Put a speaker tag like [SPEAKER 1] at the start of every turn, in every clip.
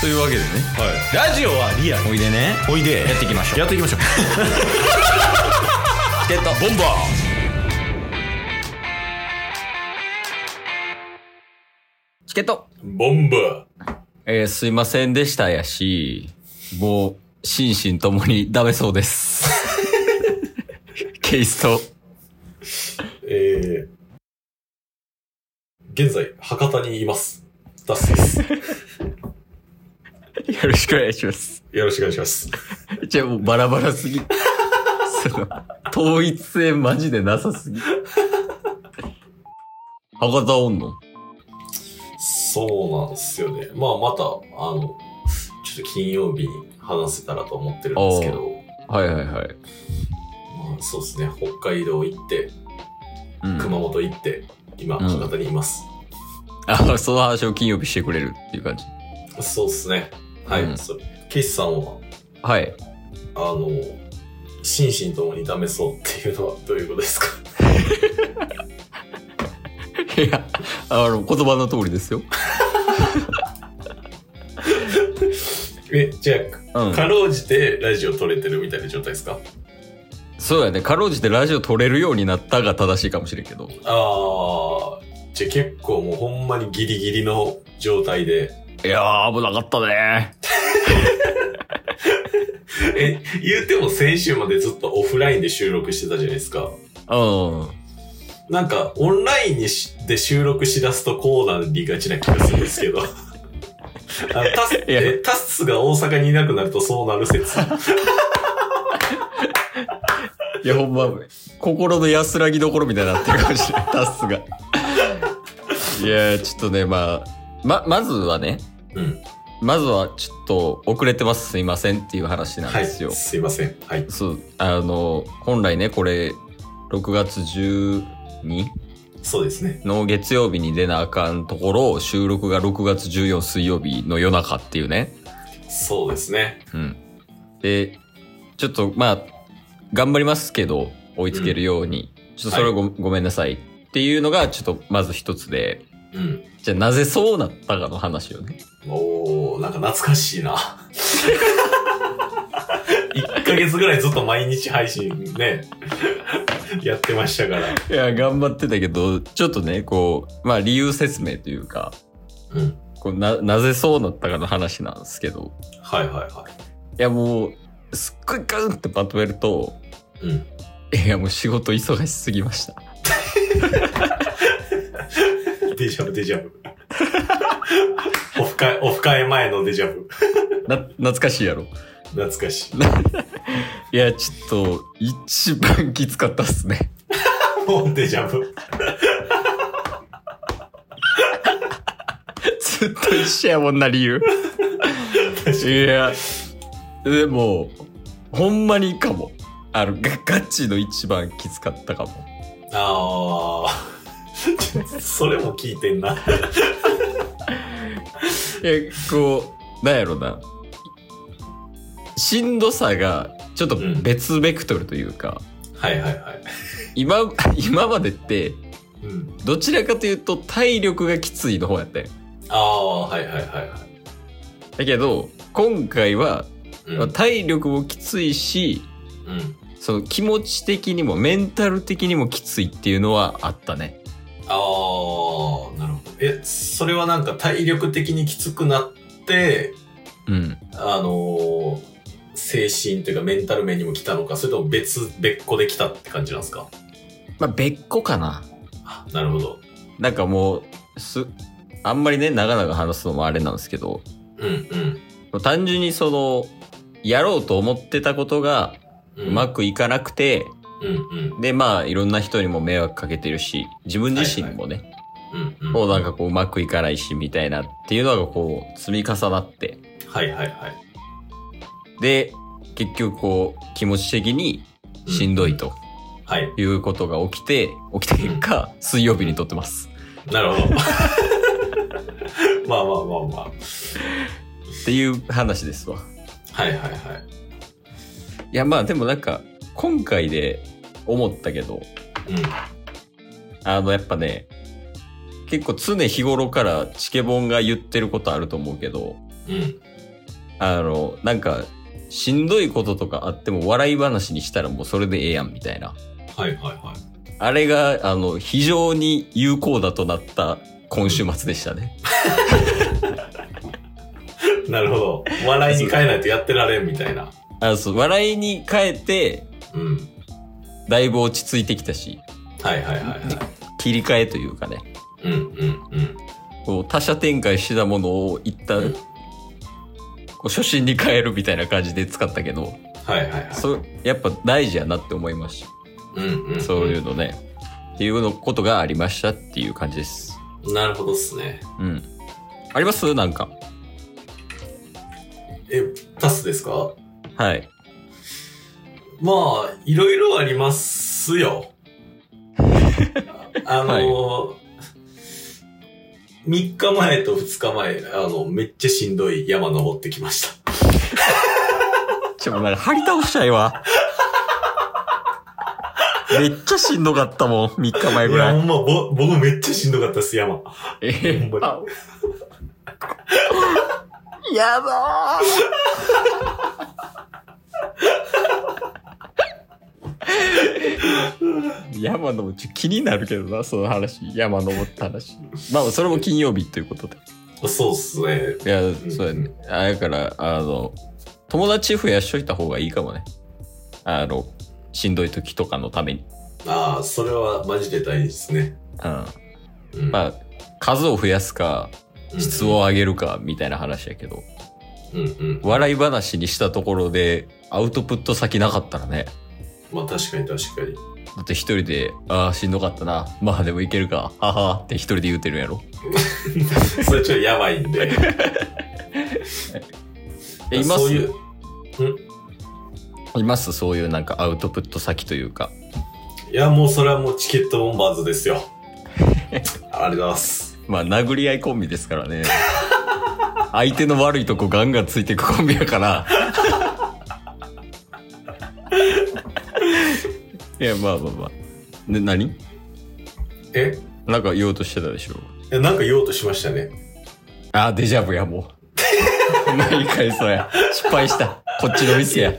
[SPEAKER 1] というわけでね
[SPEAKER 2] ラジオはリアル
[SPEAKER 1] おいでね
[SPEAKER 2] おいで
[SPEAKER 1] やっていきましょう
[SPEAKER 2] やっていきましょう
[SPEAKER 1] チケットボンバーチケット
[SPEAKER 2] ボンバ
[SPEAKER 1] えー、すいませんでしたやし、もう、心身ともにダメそうです。ケイスト。
[SPEAKER 2] ーえー、現在博多にいますダスです
[SPEAKER 1] よろしくお願いします。
[SPEAKER 2] よろしくお願いします
[SPEAKER 1] じゃあもうバラバラすぎ。その、統一性マジでなさすぎ。博多おんの
[SPEAKER 2] そうなんですよねまあまたあのちょっと金曜日に話せたらと思ってるんですけど
[SPEAKER 1] はいはいはい。
[SPEAKER 2] まあ、そうですね北海道行って
[SPEAKER 1] うん、
[SPEAKER 2] 熊本行って、今
[SPEAKER 1] うん
[SPEAKER 2] 博多にいます、
[SPEAKER 1] あ、その話を金曜日してくれるっていう感じ。
[SPEAKER 2] そうですねはい、
[SPEAKER 1] うん
[SPEAKER 2] そうケイスさんは
[SPEAKER 1] はい。
[SPEAKER 2] あの心身ともにダメそうっていうのはどういうことですか
[SPEAKER 1] いや、あの、言葉の通りですよ。
[SPEAKER 2] えじゃ
[SPEAKER 1] うん
[SPEAKER 2] あ。かろうじてラジオ撮れてるみたいな状態ですか
[SPEAKER 1] そうやね。かろうじてラジオ撮れるようになったが正しいかもしれんけど。
[SPEAKER 2] あーじゃあ結構もうほんまにギリギリの状態で
[SPEAKER 1] いやー、危なかったね。
[SPEAKER 2] え言うても先週までずっとオフラインで収録してたじゃないですか
[SPEAKER 1] うん。
[SPEAKER 2] なんかオンラインにしで収録しだすとこうなりがちな気がするんです けどあのタス
[SPEAKER 1] いや
[SPEAKER 2] えタッスが大阪にいなくなるとそうなる説
[SPEAKER 1] いや、ほんま、心の安らぎどころみたいになってるかも しれない。タッスが。いやー、ちょっとね、まあ、ま、まずはね、
[SPEAKER 2] うん
[SPEAKER 1] まずはちょっと遅れてます、すいませんっていう話なん
[SPEAKER 2] は
[SPEAKER 1] で
[SPEAKER 2] い
[SPEAKER 1] すよ。
[SPEAKER 2] すいませんはい
[SPEAKER 1] そう、あの、本来ね、これ、6月 12?
[SPEAKER 2] そうですね
[SPEAKER 1] の月曜日に出なあかんところ収録が6月14水曜日の夜中っていうね。
[SPEAKER 2] そうですね
[SPEAKER 1] うん。で、ちょっとまあ、頑張りますけど、追いつけるように。ちょっとそれはご,、ごめんなさいっていうのが、ちょっとまず一つで、
[SPEAKER 2] うん
[SPEAKER 1] じゃあなぜそうなったかの話をね。
[SPEAKER 2] おー、なんか懐かしいな。1ヶ月ぐらいずっと毎日配信ね、やってましたから。
[SPEAKER 1] いや、頑張ってたけど、ちょっとね、こう、まあ理由説明というか、
[SPEAKER 2] うん。
[SPEAKER 1] こうな、なぜそうなったかの話なんですけど、
[SPEAKER 2] はいはいはい
[SPEAKER 1] やもう、すっごいガンってまとめると、
[SPEAKER 2] い。うん。
[SPEAKER 1] いやもう仕事忙しすぎました。
[SPEAKER 2] デジャブデジャブ。 オフ会、オフ会前のデジャブ。
[SPEAKER 1] な、懐かしいやろ。
[SPEAKER 2] 懐かしい。
[SPEAKER 1] いや、ちょっと、一番きつかったっすね。
[SPEAKER 2] もうデジャブ。
[SPEAKER 1] ずっと一緒やもんな理由。いや、でも、ほんまにかも。あの、ガガチの一番きつかったかも。
[SPEAKER 2] あー。 それも聞いてんな。
[SPEAKER 1] え、こう、なんやろな。しんどさが、ちょっと
[SPEAKER 2] うん
[SPEAKER 1] 別ベクトルというか、
[SPEAKER 2] はいはいはい。
[SPEAKER 1] 今、今までって、
[SPEAKER 2] うん。
[SPEAKER 1] どちらかというと体力がきついの方やったんよ
[SPEAKER 2] あー、はいはいはいはい。
[SPEAKER 1] だけど、今回は、
[SPEAKER 2] うん。
[SPEAKER 1] まあ体力もきついし、
[SPEAKER 2] うん、
[SPEAKER 1] その気持ち的にもメンタル的にもきついっていうのはあったね。
[SPEAKER 2] ああ、なるほど。え、それはなんか体力的にきつくなって、
[SPEAKER 1] うん。
[SPEAKER 2] あのー精神というかメンタル面にも来たのか、それとも別、別個で来たって感じなんですか
[SPEAKER 1] まあ、別個かな。
[SPEAKER 2] あなるほど。
[SPEAKER 1] なんかもう、す、あんまりね、長々話すのもあれなんですけど、
[SPEAKER 2] うんうん。
[SPEAKER 1] 単純にその、やろうと思ってたことが
[SPEAKER 2] うん、
[SPEAKER 1] うまくいかなくて、
[SPEAKER 2] うんうん。
[SPEAKER 1] で、まあ、いろんな人にも迷惑かけてるし、自分自身もね、
[SPEAKER 2] うんうん。
[SPEAKER 1] もうなんかこう、うまくいかないし、みたいなっていうのがこう、積み重なって、
[SPEAKER 2] はいはいはい。
[SPEAKER 1] で、結局こう、気持ち的にしんどいと。
[SPEAKER 2] はい。
[SPEAKER 1] いうことが起きて、起きた結果、水曜日に撮ってます。
[SPEAKER 2] なるほど。 まあまあまあま
[SPEAKER 1] っていう話ですわ。
[SPEAKER 2] あ。はいはいはい
[SPEAKER 1] や、まあでもなんか、今回で思ったけど、
[SPEAKER 2] い。うん。
[SPEAKER 1] あの、やっぱね、結構常日頃からチケボンが言ってることあると思うけど、
[SPEAKER 2] うん。
[SPEAKER 1] あの、なんか、しんどいこととかあっても笑い話にしたらもうそれでええやんみたいな。
[SPEAKER 2] はいはいはい。
[SPEAKER 1] あれが、あの、非常に有効だとなった今週末でしたね。
[SPEAKER 2] なるほど。笑いに変えないとやってられんみたいな。
[SPEAKER 1] あのそう笑いに変えて、
[SPEAKER 2] うん。
[SPEAKER 1] だいぶ落ち着いてきたし、
[SPEAKER 2] はいはいはいはい。
[SPEAKER 1] 切り替えというかね、
[SPEAKER 2] うんうんうん。
[SPEAKER 1] こう他者展開してたものを一
[SPEAKER 2] う
[SPEAKER 1] 旦
[SPEAKER 2] ん、
[SPEAKER 1] こう初心に変えるみたいな感じで使ったけど、
[SPEAKER 2] はいはいはい。
[SPEAKER 1] そう、やっぱ大事やなって思いまし
[SPEAKER 2] うんうん、
[SPEAKER 1] た。そういうのね。っていうのことがありましたっていう感じです。
[SPEAKER 2] うん。なるほどっすね。
[SPEAKER 1] うん。ありますなんか。
[SPEAKER 2] え、タスですか
[SPEAKER 1] はい。
[SPEAKER 2] まあ、いろいろありま すよ。あの3日前と2日前、あの、めっちゃしんどい山登ってきました。
[SPEAKER 1] ちょ、もうなんか張り倒したい わ。めっちゃしんどかったもん、3日前
[SPEAKER 2] い
[SPEAKER 1] ぐ
[SPEAKER 2] や、
[SPEAKER 1] ら
[SPEAKER 2] ほ
[SPEAKER 1] い。
[SPEAKER 2] んま、ぼ僕めっちゃしんどかったっす、山。
[SPEAKER 1] え
[SPEAKER 2] んまに
[SPEAKER 1] あ やばー山登っちょ気になるけどな、その話。山登った話。まあ、それも金曜日ということで。
[SPEAKER 2] そうっすね。
[SPEAKER 1] いや、
[SPEAKER 2] ん
[SPEAKER 1] そうやね。あだから、あの、友達増やしといた方がいいかもね。あの、しんどい時とかのために。
[SPEAKER 2] ああ、それはマジで大事ですね。
[SPEAKER 1] うん。
[SPEAKER 2] うん、
[SPEAKER 1] まあ、数を増やすか、
[SPEAKER 2] うん
[SPEAKER 1] 質を上げるか、みたいな話やけど、
[SPEAKER 2] うんうん。
[SPEAKER 1] 笑い話にしたところで、アウトプット先なかったらね。
[SPEAKER 2] まあ、確かに確かに。
[SPEAKER 1] だって一人で、ああ、しんどかったな。まあでもいけるか。ははって一人で言うてるやろ。
[SPEAKER 2] それちょっとやばいんで。
[SPEAKER 1] え、いま
[SPEAKER 2] そうい
[SPEAKER 1] す
[SPEAKER 2] う、
[SPEAKER 1] いますそういうなんかアウトプット先というか。
[SPEAKER 2] いや、もうそれはもうチケットボンバーズで すよ。ありがとうございます。
[SPEAKER 1] まあ、殴り合いコンビですから ね。相手の悪いとこガンガンついていくコンビや から。いや、まあまあまあ。ね、何
[SPEAKER 2] え
[SPEAKER 1] なんか言おうとしてたでしょ。
[SPEAKER 2] えなんか言おうとしましたね。
[SPEAKER 1] あー、デジャブや、もう。毎回そうや。失敗した。こっちのミスや。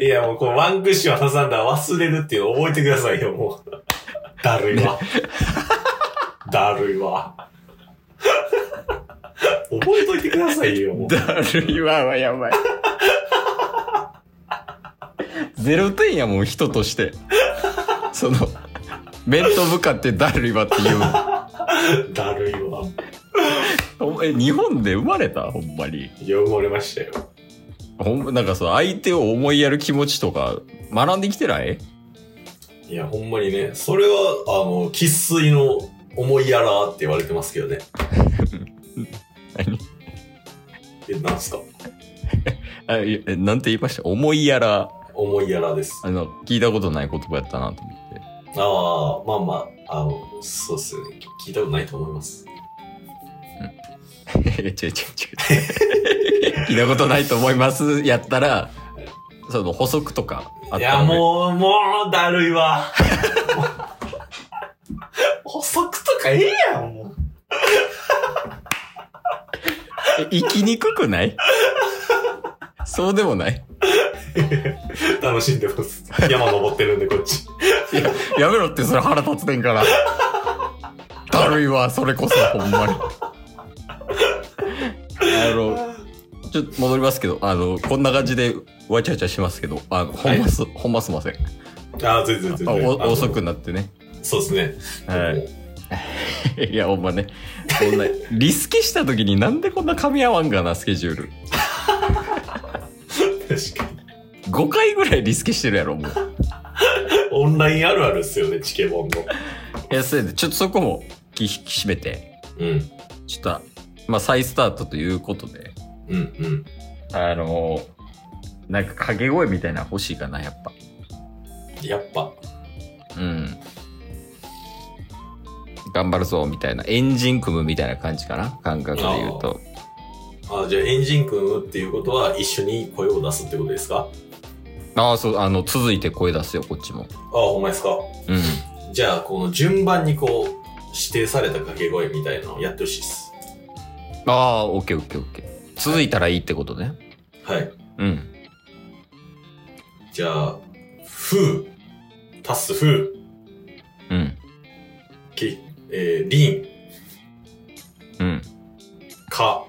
[SPEAKER 2] いや、もうこのワンクッション挟んだら忘れるっていうの覚えてくださいよ、もう。 だるいわ。だるいわ。覚えといてくださいよ、もう。
[SPEAKER 1] だるいわはやばい。ゼロ点やもん、人として。その、面と向かってだるいわって言う。
[SPEAKER 2] だるいわ。
[SPEAKER 1] お前日本で生まれたほんまに。
[SPEAKER 2] いや、生まれましたよ。
[SPEAKER 1] ほんま、なんかそう、相手を思いやる気持ちとか、学んできてない
[SPEAKER 2] いや、ほんまにね、それは、あの、喫水の思いやらって言われてますけどね。
[SPEAKER 1] 何
[SPEAKER 2] え、なんすか
[SPEAKER 1] あいえなんて言いました思いやら、
[SPEAKER 2] 思いやらです。
[SPEAKER 1] あの、聞いたことない言葉やったなと思って。
[SPEAKER 2] ああ、まあまあ、あの、そうっすよね。聞いたことないと思います。
[SPEAKER 1] 違う違う違う。 聞いたことないと思います。やったら、その補足とかあった
[SPEAKER 2] いや、
[SPEAKER 1] う。
[SPEAKER 2] もう、もう、だるい わ。補足とかええやん、もう。
[SPEAKER 1] え生きにくくないそうでもない
[SPEAKER 2] 楽しんでます。山登ってるんで、こっち。
[SPEAKER 1] いや、やめろってそれ腹立つねんから。だるいわ、それこそ、ほんまに。あの、ちょっと戻りますけど、あの、こんな感じで、わちゃわちゃしますけど、あの、ほんます、ほんますいません。
[SPEAKER 2] ああ、全然全
[SPEAKER 1] あ
[SPEAKER 2] 然。あ
[SPEAKER 1] お
[SPEAKER 2] の
[SPEAKER 1] 遅く。なってね。
[SPEAKER 2] そうですね。
[SPEAKER 1] はい。 いや、ほんまね。こんな、リスケした時になんでこんな噛み合わんかな、スケジュール。
[SPEAKER 2] 確かに。
[SPEAKER 1] 5回ぐらいリスケしてるやろ、もう。
[SPEAKER 2] オンラインあるあるっすよね、チケボンの。
[SPEAKER 1] いや、それで、ちょっとそこも気引き締めて、
[SPEAKER 2] うん。
[SPEAKER 1] ちょっと、まあ、再スタートということで、
[SPEAKER 2] うん、うん。
[SPEAKER 1] あのなんか掛け声みたいなの欲しいかな、やっぱ。
[SPEAKER 2] やっぱ。
[SPEAKER 1] うん。頑張るぞ、みたいな。エンジン組むみたいな感じかな、感覚で言うと。
[SPEAKER 2] ああ、じゃあ、エンジン組むっていうことは、一緒に声を出すってことですか
[SPEAKER 1] ああ、そう、あの、続いて声出すよ、こっちも。
[SPEAKER 2] ああ、ほんまですか
[SPEAKER 1] うん。
[SPEAKER 2] じゃあ、この順番にこう、指定された掛け声みたいなのをやってほしいっす。
[SPEAKER 1] ああ、オッケーオッケーオッケー。続いたらいいってことね。
[SPEAKER 2] はい。
[SPEAKER 1] うん。
[SPEAKER 2] じゃあ、ふう、足すふう、
[SPEAKER 1] うん。
[SPEAKER 2] き、えー、りん、
[SPEAKER 1] うん。
[SPEAKER 2] か、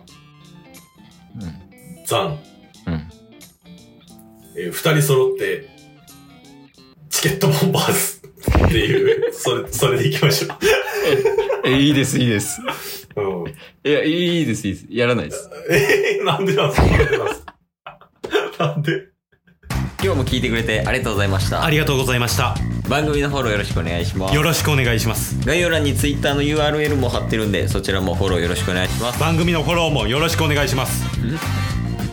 [SPEAKER 1] うん。
[SPEAKER 2] ざん、
[SPEAKER 1] うん。
[SPEAKER 2] えー、二人揃って、チケットボンバーズっていう、それ、それでいきましょ
[SPEAKER 1] え、いいです、いいです。
[SPEAKER 2] う。うん。
[SPEAKER 1] いや、いいです、いいです。やらないです。
[SPEAKER 2] えー、なんでなんすかなんでなんすかなんで
[SPEAKER 1] 今日も聞いてくれてありがとうございました。
[SPEAKER 3] ありがとうございました。
[SPEAKER 1] 番組のフォローよろしくお願いします
[SPEAKER 3] よ。ろしくお願いします。
[SPEAKER 1] 概要欄に Twitter の URL も貼ってるんで、そちらもフォローよろしくお願いします。
[SPEAKER 3] 番組のフォローもよろしくお願いします。